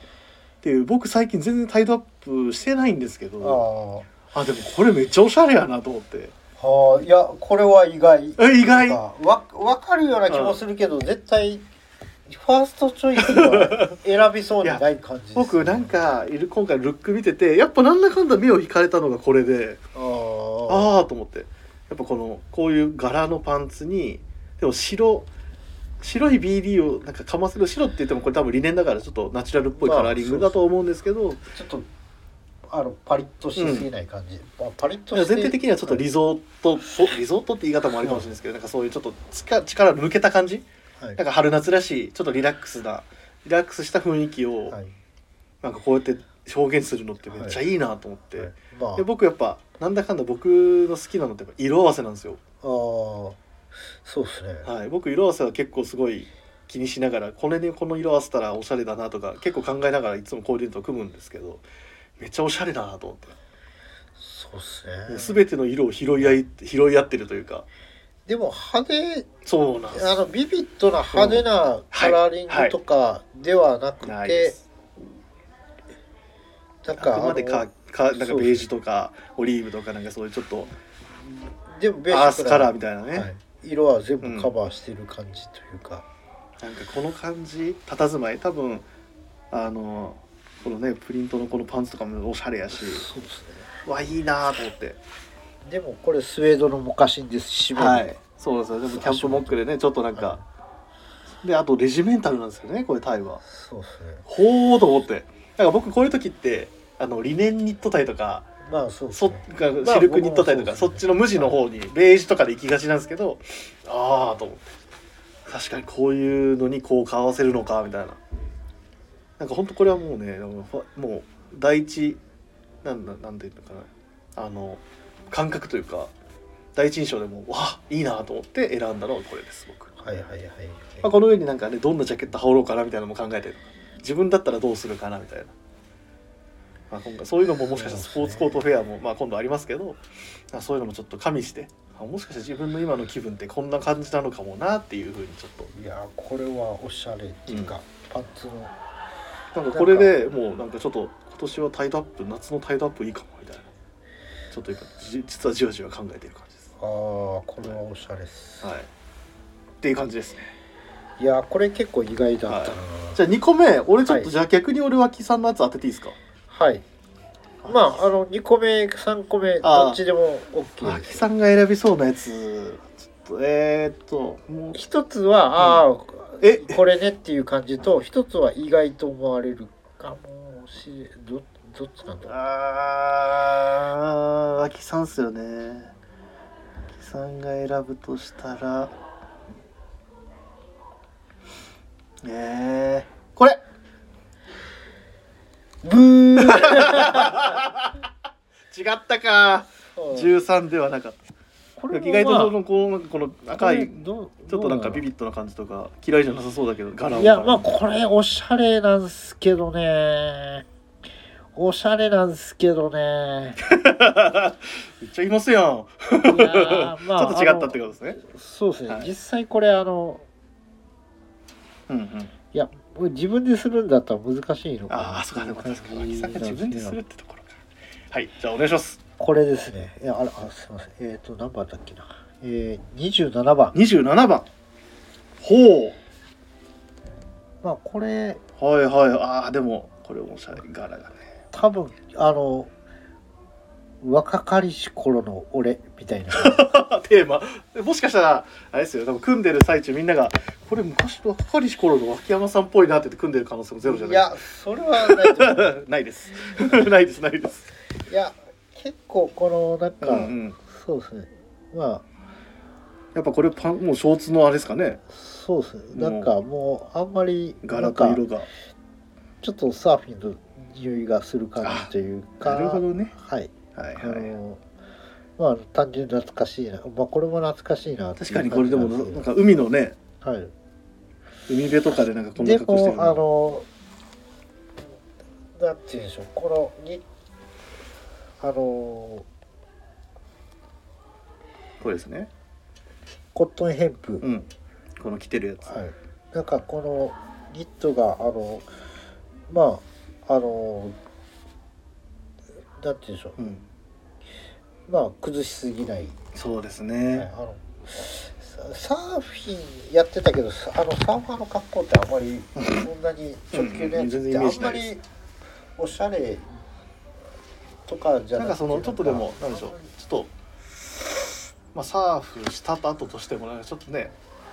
S2: ていう僕最近全然タイドアップしてないんですけど
S1: あ
S2: あでもこれめっちゃおしゃれやなと思って
S1: あはあいやこれは意外
S2: え意
S1: なん
S2: 外
S1: かわ分かるような気もするけど、絶対ファーストチョイスは選びそうにない感じです、
S2: 僕なんかいる今回ルック見ててやっぱなんだかんだ目を引かれたのがこれで
S1: あー
S2: ああと思ってやっぱこのこういう柄のパンツにでも白白い BD をなんかかませる白って言ってもこれ多分リネンだからちょっとナチュラルっぽいカラーリングだと思うんですけど、
S1: ちょっとあのパリッとしすぎない感じ、まあパリッと
S2: いや
S1: して
S2: 全体的にはちょっとリゾートっぽリゾートって言い方もありかもしれないですけどなんかそういうちょっと力力抜けた感じ
S1: はい
S2: なんか春夏らしいちょっとリラックスなリラックスした雰囲気を
S1: はい
S2: なんかこうやって表現するのってめっちゃいいなと思って、
S1: はいまあ
S2: で僕やっぱなんだかんだ僕の好きなのってやっぱ色合わせなんですよ。
S1: あーそうですね、
S2: はい、僕色合わせは結構すごい気にしながらこれにこの色合わせたらおしゃれだなとか結構考えながらいつもコーディネートを組むんですけどめっちゃおしゃれだなと思っ
S1: そう
S2: て
S1: ですね
S2: 全ての色を拾い合い拾い合ってるというか
S1: でも派手
S2: そうなんです
S1: あのビビッドな派手なカラーリングとかではなくて、
S2: ないです
S1: なん
S2: あく
S1: か
S2: まで
S1: あ
S2: か
S1: の
S2: かなんかベージュとかオリーブとかなんかそういうちょっと
S1: でもベ
S2: アースカラーみ
S1: い
S2: たいなね、
S1: はい、色は全部カバーしてる感じというか、
S2: なんかこの感じ佇まい多分あのこのねプリントのこのパンツとかもおしゃれやし
S1: そうですね
S2: わいいなと思って。
S1: でもこれスウェードのモカシンですし、
S2: はい、そうですよでもキャンプモックでねちょっとなんか、
S1: は
S2: であとレジメンタルなんですよねこれタイは
S1: そうですね
S2: ほーと思ってなんか僕こういう時ってあのリネンニットタイとか
S1: まあそうです
S2: そ
S1: ね
S2: シルクニットタイとか、
S1: 僕もそうです
S2: そ
S1: ね
S2: っちの無地の方にベージュとかで行きがちなんですけどああと思って確かにこういうのにこう買わせるのかみたいななんかほんとこれはもうねもうもう第一なんだなんていうのかなあの感覚というか第一印象でもうわあいいなと思って選んだのがこれです僕、
S1: はいはいはいはい、
S2: まあ、この上になんかねどんなジャケット羽織ろうかなみたいなのも考えてる自分だったらどうするかなみたいな、まあ、今回そういうのももしかしたらスポーツコートフェアも、まあ、今度ありますけどまあそういうのもちょっと加味してあもしかして自分の今の気分ってこんな感じなのかもなっていうふうにちょっ
S1: いやーこれはおしゃれっていうか、パンツの
S2: となんかこれでもうなんかちょっと今年はタイドアップ夏のタイドアップいいかもみたいなちょっと今じ実はじわじわ考えてる感じです
S1: ああこれはおしゃれっす、
S2: はいっていう感じですね
S1: い、やーこれ結構意外だったな
S2: じゃあ2個目俺ちょっ
S1: は
S2: と、
S1: い
S2: じゃあ逆に俺脇さんのやつ当てていいですか
S1: はいまああの2個目3個目
S2: あー
S1: どっちでも OK で
S2: 秋
S1: す
S2: さんが選びそうなやつちょっとえー、っともう
S1: 一つは、ああ
S2: え
S1: これねっていう感じと一つは意外と思われるかもしれどどっちなんだろう
S2: あー秋さんっすよね秋さんが選ぶとしたらえこれ
S1: ブー
S2: 違ったか13では [laughs] なかった
S1: これもまあ
S2: 意外とそのこうこの赤い
S1: これ
S2: ち
S1: どう
S2: ょっとなんかビビッドな感じとか嫌いじゃなさそうだけど柄を
S1: いやまあこれおしゃれなんすけどねおしゃれなんすけど
S2: [laughs]
S1: ね
S2: [laughs] めっちゃいますやん
S1: いやーま
S2: ちょっと違った
S1: あ
S2: ってことですね
S1: のそうですね、
S2: はい
S1: 実際これあの
S2: うんうん
S1: いやもう自分でするんだったら難しいのかな
S2: ああそうかでも確かに脇さんが
S1: っていう感
S2: 自分
S1: じ
S2: で
S1: な
S2: す
S1: ん
S2: る
S1: で
S2: ってところかはいじゃあお願いします
S1: これですねいやあれあすいませんえっ、と何番だっけなえー、27番
S2: 27番ほ
S1: まあこれ
S2: うはいはいああでもこれおしゃれ柄がね
S1: 多分あの若かりし頃の俺みたいな
S2: [laughs] テーマもしかしたらあれですよ多分組んでる最中みんながこれ昔のかかりし頃の脇山さんっぽいなって言って組んでる可能性もゼロじゃ
S1: い
S2: ない
S1: やそれはないと思う
S2: です [laughs] ないですないですないです
S1: いや結構このなん
S2: う
S1: か、
S2: んうん
S1: そうですねま
S2: やっぱこれパンもうショーツのあれですかね
S1: あそうですねなんかもうあんまりな
S2: 柄
S1: んか
S2: と色が
S1: ちょっとサーフィンの匂いがする感じというか
S2: なるほどね
S1: はい
S2: はい
S1: あ
S2: はい
S1: のまあ単純に懐かしいなまあこれも懐かしいなっていう
S2: 確かにこれでも
S1: 感じ
S2: なん
S1: なん
S2: か海のね
S1: けどはい
S2: 海辺とかでなんかこんな
S1: で
S2: 格好して
S1: も
S2: る
S1: あのなんて言うんでしょうこのにあの
S2: これですね
S1: コットンヘンプ、
S2: うんこの着てるやつ
S1: はい、なんかこのニットがあのまああのなんて言うんでしょ
S2: うん
S1: うまあ崩しすぎない、
S2: そうです
S1: はい
S2: ね
S1: あのササーフィンやってたけどさあのサーファーの格好ってあんまりそんなに直球のやつ
S2: うんうん全然
S1: っ
S2: イ
S1: て
S2: メ
S1: あ
S2: ージ
S1: ん
S2: な
S1: ま
S2: いです
S1: りおしゃれとかじゃ
S2: なん
S1: なくて
S2: かそのちょっとでもなんでしょうちょっとまあサーフした後としてもなんかちょっとね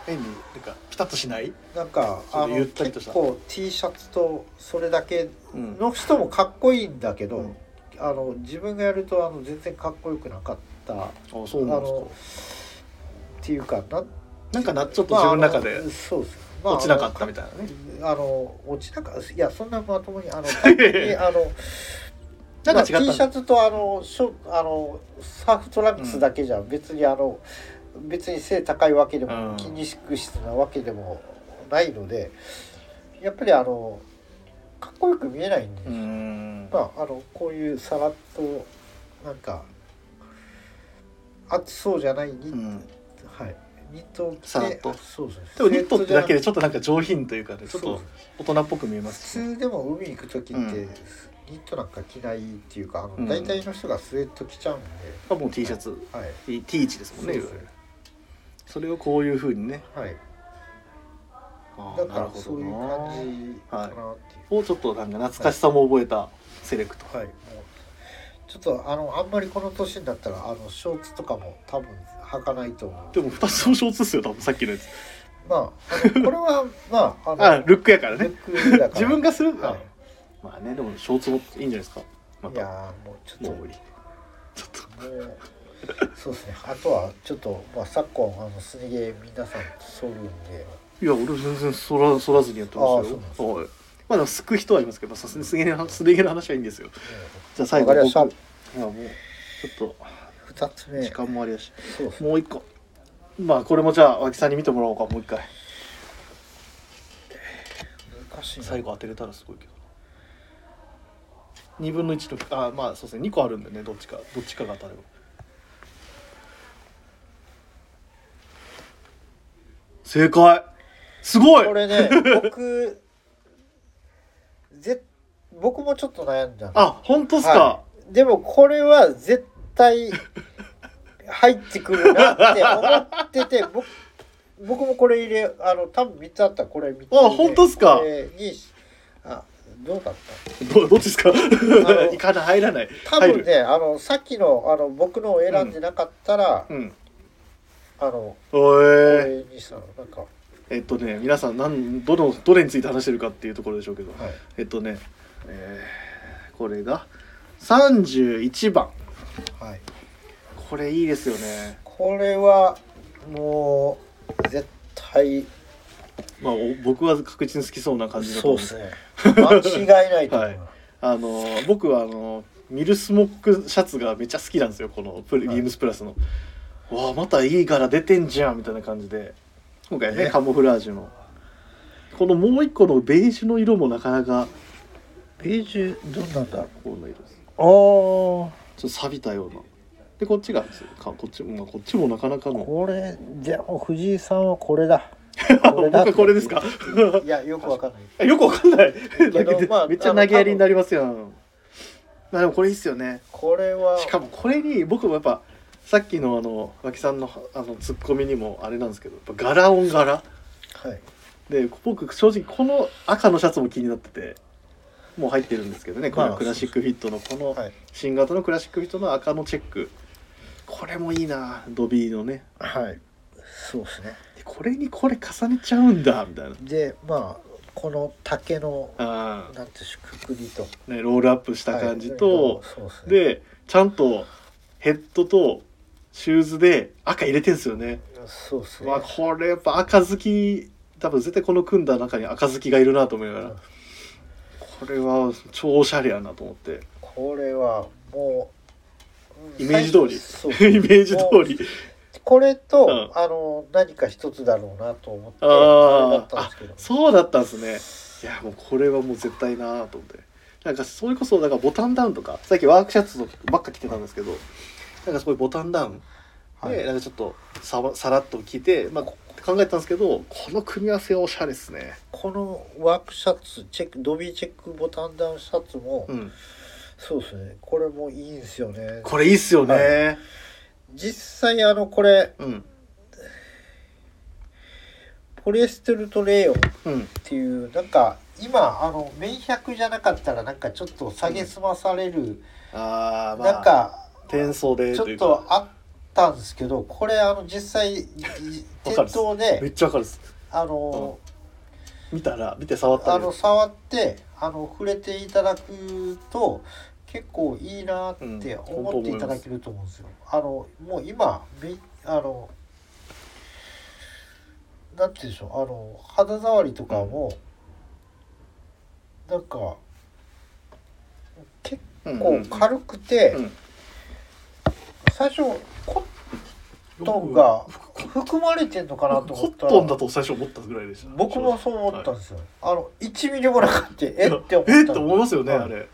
S2: 変になんかピタッとしない、
S1: なんか
S2: ちょっ
S1: あ
S2: とゆ
S1: の
S2: ったりとし
S1: 結
S2: た
S1: 構 T シャツとそれだけ
S2: うん
S1: の人もかっこいいんだけど、
S2: うん
S1: あの自分がやるとあの全然かっこよくなかったっ
S2: あそうなんですか
S1: あのていうかなん
S2: なんかなちょっと自分の中で
S1: まああのそうです
S2: 落ちなかったみたいなね
S1: たあの落ちなかったいやそんなまともに
S2: [laughs]
S1: あの
S2: いやいやい
S1: にあの
S2: なんか違った
S1: T シャツとあのショあのサーフトラックスだけじゃ別にあの、別に背高いわけで
S2: うん
S1: も筋肉質なわけでもないのでやっぱりあのかっこよく見えないんです
S2: うー
S1: よ
S2: ん
S1: まあ、あのこういうさらっとなんか暑そうじゃないニット、
S2: うん
S1: はいニットを着て
S2: さらっと
S1: そうそう
S2: でもニットってだけで
S1: ち
S2: ちょっとなんか上品というかねちょっと大人っぽく見えま
S1: 普
S2: すね
S1: 通でも海行く時って、
S2: うん
S1: ニットなんか着ないっていうかあの、
S2: うん
S1: 大体の人がスウェット着ちゃうんで、
S2: まあもう T シャツ
S1: はい
S2: T チですもんねい
S1: そう
S2: わ
S1: そう
S2: ゆるそれをこういうふうにね
S1: はい、
S2: あ
S1: だか
S2: ーなる
S1: ら
S2: ほど
S1: そういう
S2: な
S1: 感じかなっていう、
S2: をちょっとなんか懐かしさも覚えたセレクト
S1: はい、もうちょっとあのあんまりこの年になったらあのショーツとかも多分履かないと思う
S2: でも2つともショーツですよ多分さっきのやつ
S1: まああのこれは [laughs] まああの
S2: あルックやから
S1: ル
S2: ね
S1: ックだから
S2: 自分がするあ
S1: は
S2: まあねでもショーツもいいんじゃないですかま
S1: い、い
S2: た
S1: やーもうちょっと
S2: も
S1: も
S2: う
S1: う
S2: いいちょっと
S1: そうですねあとはちょっと、まあ、昨今あのすね毛皆さん剃るんで
S2: いや俺全然そらそらずにやってまし
S1: あー
S2: た
S1: そう
S2: よはいまあでもすく人はいますけどさすがにすげえなすね毛の話はいいんですよじゃあ最後
S1: わかり
S2: 僕
S1: ま
S2: い
S1: した
S2: やもうちょっ
S1: 2つ
S2: と
S1: 目
S2: 時
S1: そう
S2: 間もあれやし
S1: ですね
S2: もう一個まあこれもじゃあ脇さんに見てもらおうかもう一回
S1: 難しいな
S2: 最後当てれたらすごいけど2分の1とあまあそうですね2個あるんでねどっちかどっちかが当たれば正解すごい
S1: これ
S2: [laughs]
S1: ね僕ぜ僕もちょっと悩んだんで
S2: あ本当っすか、
S1: はいでもこれは絶対入ってくるなって思ってて僕僕もこれ入れあの多分3つあったらこれ3つ
S2: あ本当っすか
S1: これにあどうだった
S2: どどっちですか
S1: の
S2: [laughs] いかない入らない
S1: 多分ねあのさっきのあの僕のを選んでなかったら、
S2: 入るうん
S1: あのこ
S2: おえ
S1: れにしたのなんか、は
S2: えっとね皆さんなんどのどれについて話してるかっていうところでしょうけど
S1: い、
S2: えっとね、えーこれが31番
S1: はい、
S2: これいいですよね
S1: これはもう絶対
S2: まあお僕は確実に好きそうな感じだと
S1: そう
S2: 思
S1: で
S2: ん
S1: すね間違いないと思う、
S2: はいあの僕はあのミルスモックシャツがめっちゃ好きなんですよこのプレ
S1: はい
S2: ビームスプラスの、わあまたいい柄出てんじゃんみたいな感じで今回ね
S1: ね
S2: カモフラージュのこのもう一個のベージュの色もなかなか
S1: ページどんなんだろう
S2: この色ですち
S1: あー
S2: ょっと錆びたようなでこっちがかこっちも、まあ、こっちもなかなかの
S1: これでも藤井さんはこれだこ
S2: [laughs] 僕はこれですか [laughs]
S1: いやよくわかんない
S2: よくわかんない [laughs]
S1: けどまあ
S2: めっちゃ投げやりになりますやんまあでもこれいいっすよね
S1: これは
S2: しかもこれに僕もやっぱさっきのあの脇さんのあのツッコミにもあれなんですけどやっぱ柄音柄
S1: はい
S2: で僕正直この赤のシャツも気になっててもう入ってるんですけどねこ
S1: ま
S2: の
S1: あ
S2: クラシックフィットのこの
S1: はい
S2: 新型のクラシックフィットの赤のチェックこれもいいなドビーのね
S1: はいそうですね
S2: でこれにこれ重ねちゃうんだみたいな
S1: でまあこの竹の
S2: あ
S1: なんていうんでしょうくくりと
S2: ー、ね、ロールアップした感じ
S1: はい
S2: と、
S1: そうですね
S2: でちゃんとヘッドとシューズで赤入れてんすよね
S1: そうですね
S2: まあこれやっぱ赤好き多分絶対この組んだ中に赤好きがいるなと思いながら、
S1: うん
S2: これは超おしゃれやなと
S1: [laughs]
S2: 思って
S1: これはもう
S2: イメージ通り
S1: そう
S2: [laughs] イメージ通り
S1: これと、
S2: うん
S1: あの何か一つだろうなと思って
S2: あ
S1: これだ
S2: ー
S1: ったんですけど
S2: そうだったんですねいやもうこれはもう絶対なと思ってなんかそれこそなんかボタンダウンとかさっきワークシャツばっか着てたんですけどなんかすごいボタンダウン
S1: はい
S2: で、なんかちょっとさわさらっと着て、まあ、こ考えたんですけどこの組み合わせはおしゃれですね
S1: このワークシャツチェックドビーチェックボタンダウンシャツも、
S2: うん
S1: そうですねこれもいいんですよね
S2: これいいっすよね、
S1: は実際あのこれ
S2: うん
S1: ポリエステルとレーヨンっ
S2: うん
S1: ていうなんか今あの綿100じゃなかったらなんかちょっと下げ済まされる、
S2: ああまあ
S1: なんか
S2: 転送で
S1: ち
S2: と
S1: ょ
S2: い
S1: っ
S2: うか
S1: とあったんですけどこれあの実際い
S2: [laughs] わか
S1: 店
S2: る
S1: 頭
S2: めっ
S1: で
S2: ちゃわかるです
S1: あの、
S2: 見たら見て触った
S1: あ
S2: ら
S1: の触ってあの触れていただくと結構いいなって
S2: うん
S1: 思っていただけると思うんですよ。あのもう今みあのなんて言うんでしょうあの肌触りとかも、なんか結構軽くて、最初コットンが含まれてんのかなと
S2: コ
S1: 思っ
S2: ッ
S1: たら
S2: トンだと最初思ったぐらいでした
S1: 僕もそう思ったんですよ、あの1ミリもなかったえって思った
S2: えって思いますよね
S1: はい
S2: あれ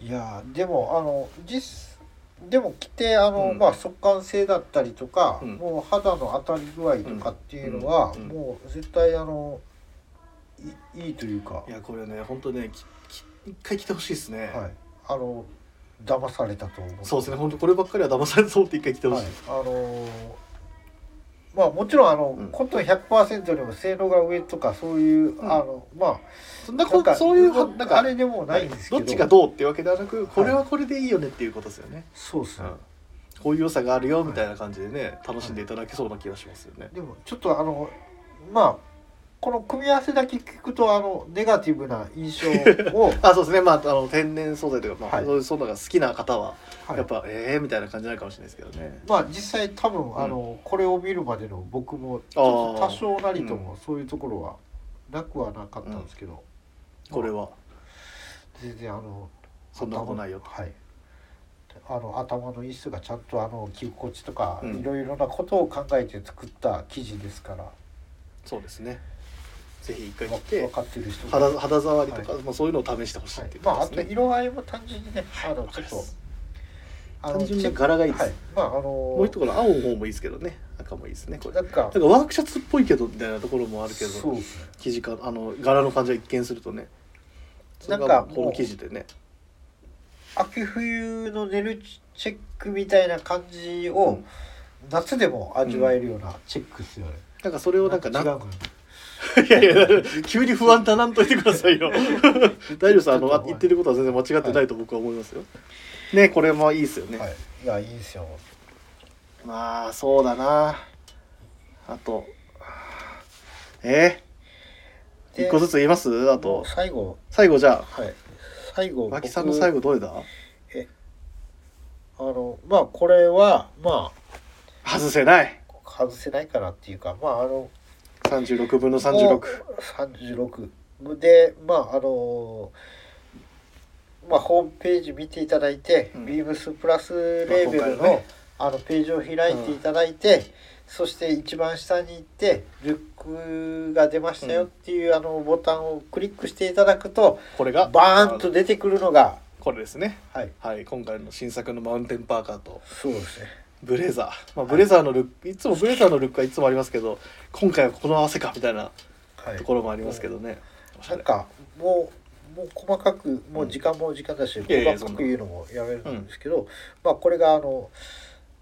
S1: いやーでもあの実でも着てあの、
S2: うん
S1: まあ速乾性だったりとか、
S2: うん
S1: もう肌の当たり具合とかっていうのは、
S2: うんうん
S1: もう絶対あのいいいというか
S2: いやこれね本当ねきき一回着てほしいですね
S1: はいあの騙されたと思う
S2: そうですね本当こればっかりは騙されそうって一回着てほ
S1: は
S2: し
S1: い
S2: い
S1: あのーまあもちろんあの、
S2: うん
S1: コットン100%よりも性能が上とかそういう、
S2: ん
S1: あのまあ
S2: そんなこそういうはなんか
S1: あれでもないんですけど、
S2: どっちがどうっていうわけではなくこれはこれでいいよねっていうことですよね
S1: そうですね、
S2: こういう良さがあるよみたいな感じでね楽しんでいただけそうな気がしますよね
S1: でもちょっとあのまあこの組み合わせだけ聞くとあのネガティブな印象
S2: [laughs]
S1: を、
S2: あそうですねまああの天然素材というかま
S1: は
S2: あ
S1: い
S2: そういう素材が好きな方は
S1: はい
S2: やっぱええー、みたいな感じになるかもしれないですけどね。
S1: まあ実際多分あの、これを見るまでの僕もちょっと多少なりともそういうところはなくはなかったんですけど、
S2: これは
S1: 全然あの
S2: そんなことないよと。
S1: はいあの頭のいい人がちゃんとあの着心地とか
S2: うん
S1: いろいろなことを考えて作った生地ですから、わ
S2: そうですね。ぜひ一回来
S1: 分
S2: て
S1: かってる人が、は
S2: 肌肌触りとか、まあそういうのを試してほしいっ
S1: い
S2: ていう
S1: ま
S2: こ
S1: ああ
S2: と
S1: と
S2: ですね。
S1: 色合いも単純にねあのちょっとあの
S2: 単純に柄がいいです。
S1: はい、まああの
S2: もう一ところ青の方もいいですけどね。赤もいいですね。これ。な
S1: なんんか
S2: かワークシャツっぽいけどみたいなところもあるけ
S1: そう
S2: ど、
S1: ですね
S2: 生地かあの柄の感じは一見するとね。それが
S1: なんか
S2: この生地でね。
S1: 秋冬の寝るチェックみたいな感じを、
S2: うん
S1: 夏でも味わえるようなチェックですよね、
S2: なんかそれをなんか
S1: な
S2: なんん
S1: か違うか
S2: [laughs] いやいや急に不安だなんといてくださ
S1: [laughs]
S2: いよ大丈夫ですあのあ言ってることは全然間違ってないと僕は思いますよ、ねこれもいいですよね、
S1: な、はい、いやいいんですよ
S2: まあそうだなあとえー、一個ずつ言いますあと
S1: 最後
S2: 最後じゃ
S1: はい最後
S2: あ脇さんの最
S1: 後
S2: 後どれだ
S1: あのまあこれはまあ
S2: 外せない
S1: 外せないかなっていうかまああの
S2: 36分の36。
S1: 36でまああのまあホームページ見ていただいて、
S2: うん
S1: ビームスプラスレーベルの,、
S2: まあ今回はね
S1: あのページを開いていただいて、そして一番下に行って「ルックが出ましたよ」っていう、あのボタンをクリックしていただくと
S2: これが
S1: バーンと出てくるのが
S2: これですね。
S1: はい
S2: はい、今回の新作のマウンテンパーカーと
S1: そうですね
S2: ブレザー。まあ、ブレザーのルック、いつもブレザーのルックはいつもありますけど、今回はこの合わせかみたいな
S1: はい
S2: ところもありますけどね。おしゃ
S1: な
S2: れ
S1: んかもうもう細かくもう時間も時間だし、
S2: いやいや
S1: 細かく言うのもやめるんですけど、まあこれがあの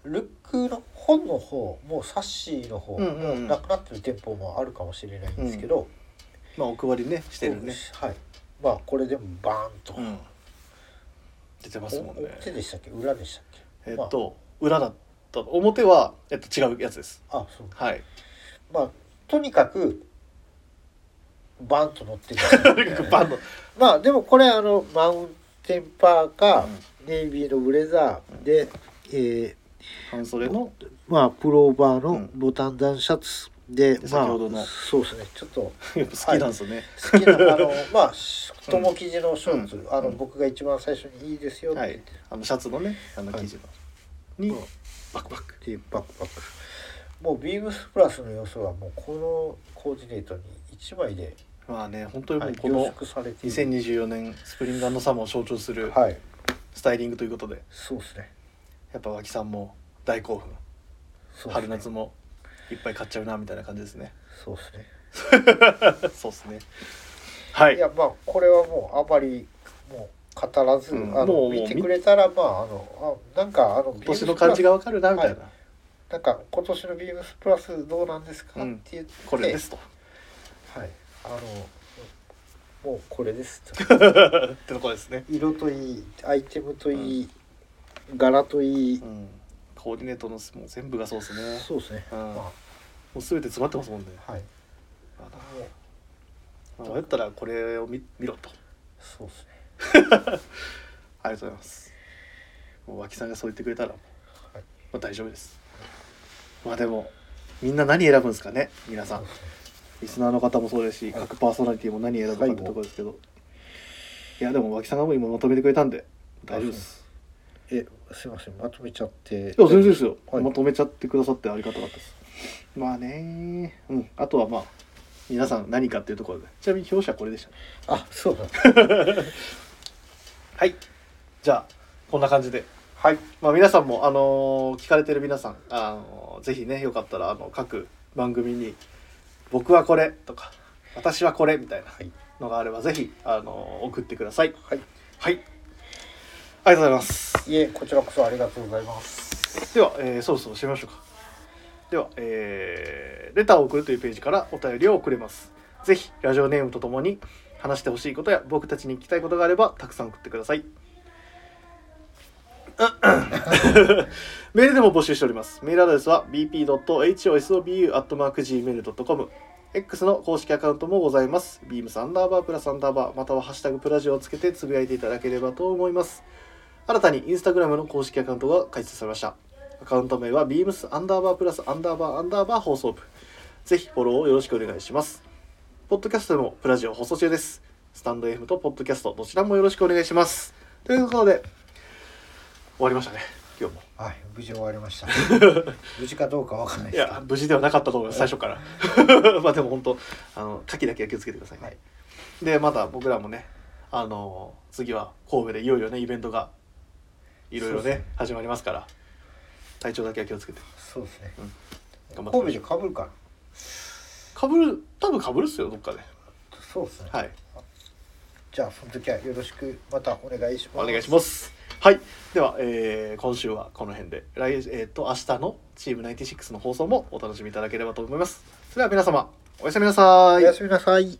S1: ルックの本の方もう冊子の方、
S2: うんうんうん
S1: もうなくなってる店舗もあるかもしれないんですけど、
S2: まあ、お配りね、してるね。
S1: はいまあこれでもバーンと、
S2: うん。出てますもん
S1: お
S2: ね。
S1: 手でしたっけ裏でしたっけ
S2: えっと、裏だった。表は、えっと、違うやつです。
S1: まあ、あそう
S2: [laughs] はい。
S1: まあとにかくバーンと乗ってる
S2: と [laughs] にかくバンド。
S1: まあでもこれあのマウンテンパーか、
S2: うん
S1: ネイビーのブレザーで、え
S2: 半袖の。
S1: ーまあプローバー
S2: う
S1: の
S2: ん
S1: ボタンダウンシャツで、
S2: で
S1: まあ
S2: 先ほどの
S1: そうですねちょっと
S2: やっぱ好きなんですよね。
S1: 好きな
S2: [laughs]
S1: あのまあ友生地のショーツ、
S2: うん
S1: あの
S2: うん
S1: 僕が一番最初にいいですよって
S2: は
S1: 言って
S2: い、。あのシャツのね、あの生地の。に
S1: うん。
S2: バックバック。
S1: でバックバックもうビームスプラスの要素はもうこのコーディネートに一枚で、
S2: まあね、本当にも
S1: は
S2: う
S1: い
S2: こ
S1: 凝
S2: の
S1: 縮されている
S2: 2024年スプリングサマーを象徴する
S1: はい
S2: スタイリングということで、
S1: そうですね
S2: やっぱ脇さんも大興奮、
S1: そうっすね
S2: 春夏もいっぱい買っちゃうなみたいな感じです [laughs] ね。
S1: そうですね
S2: そうですね。はいい。
S1: やまあこれはもうあまりもう語らず、
S2: うん
S1: あ
S2: も
S1: の
S2: う
S1: 見てくれたらまああのあなんかあの
S2: 今年の感じがわかるなみたいな。
S1: なんか今年のビームスプラスどうなんですか、
S2: うん
S1: って言って
S2: これですと。
S1: はいあのもうこれですと
S2: ってとこですね。
S1: 色といいアイテムといい、柄といい、
S2: うん。コーディネートのもう全部がそうですね。
S1: そうですね、
S2: うん
S1: ま
S2: もうすべて詰まってますもんね。
S1: あはい
S2: まあ
S1: もう
S2: まあ、迷ったらこれを見見ろと。
S1: そうですね
S2: ありがとうございます。もう脇さんがそう言ってくれたら、ま
S1: はい
S2: あ、大丈夫です。まあでも、みんな何選ぶんですかね、皆さん。リスナーの方もそうですし、
S1: はい
S2: 各パーソナリティも何選ぶかってところですけど。いや、でも脇さんがもう今まとめてくれたんで、大丈夫です。
S1: えすいませんまとめちゃって
S2: いや、全然ですよ。
S1: はい
S2: まとめちゃってくださってありがたかったです。まあねうん。あとはまあ、皆さん何かっていうところで。ちなみに表紙はこれでしたね。
S1: あそうだ
S2: はい。じゃあ、こんな感じで。
S1: [laughs] はい
S2: まあ、皆さんも、あのー聞かれてる皆さん、あのーぜひねよかったらあの各番組に「僕はこれ」とか「私はこれ」みたいな
S1: はい
S2: のがあればぜひ、あのー送ってください。
S1: はい
S2: はいありがとうございます。
S1: いえこちらこそありがとうございます
S2: では、えーそろそろ締めましょうか。では、えーレターを送るというページからお便りを送れます。ぜひ、ラジオネームとともに話してほしいことや僕たちに聞きたいことがあれば、たくさん送ってください。メールでも募集しております。メールアドレスは bp.hosobu.gmail.com X の公式アカウントもございます。beams アンダーバープラスアンダーバーまたはハッシュタグプラジオをつけてつぶやいていただければと思います。新たにインスタグラムの公式アカウントが開設されました。アカウント名は beams アンダーバープラスアンダーバーアンダーバー放送部。ぜひフォローをよろしくお願いします。ポッドキャストでもプラジオ放送中です。スタンド F とポッドキャストどちらもよろしくお願いします。ということで、終わりましたね、今日も。
S1: はい無事終わりました
S2: [laughs]
S1: 無事かどうかわかんない
S2: い
S1: ですけど
S2: や無事ではなかったと思います最初から [laughs] まあでも本当あの牡蠣だけは気をつけてくださいね、
S1: はい
S2: でまた僕らもねあの次は神戸でいよいよねイベントがいろいろ
S1: そうで
S2: ね始まりますから体調だけは気をつけて
S1: そうですね
S2: 頑張っ
S1: 神戸
S2: て
S1: でかぶるか
S2: かぶる多分かぶるっすよどっかで
S1: なそうですね、
S2: はい
S1: じゃあその時はよろしくまたお願いしま
S2: お
S1: す
S2: 願いしますはいでは、えー今週はこの辺で来、えー、と明日のチーム96の放送もお楽しみいただければと思いますそれでは皆様おやすみなさ
S1: お
S2: い
S1: やすみなさい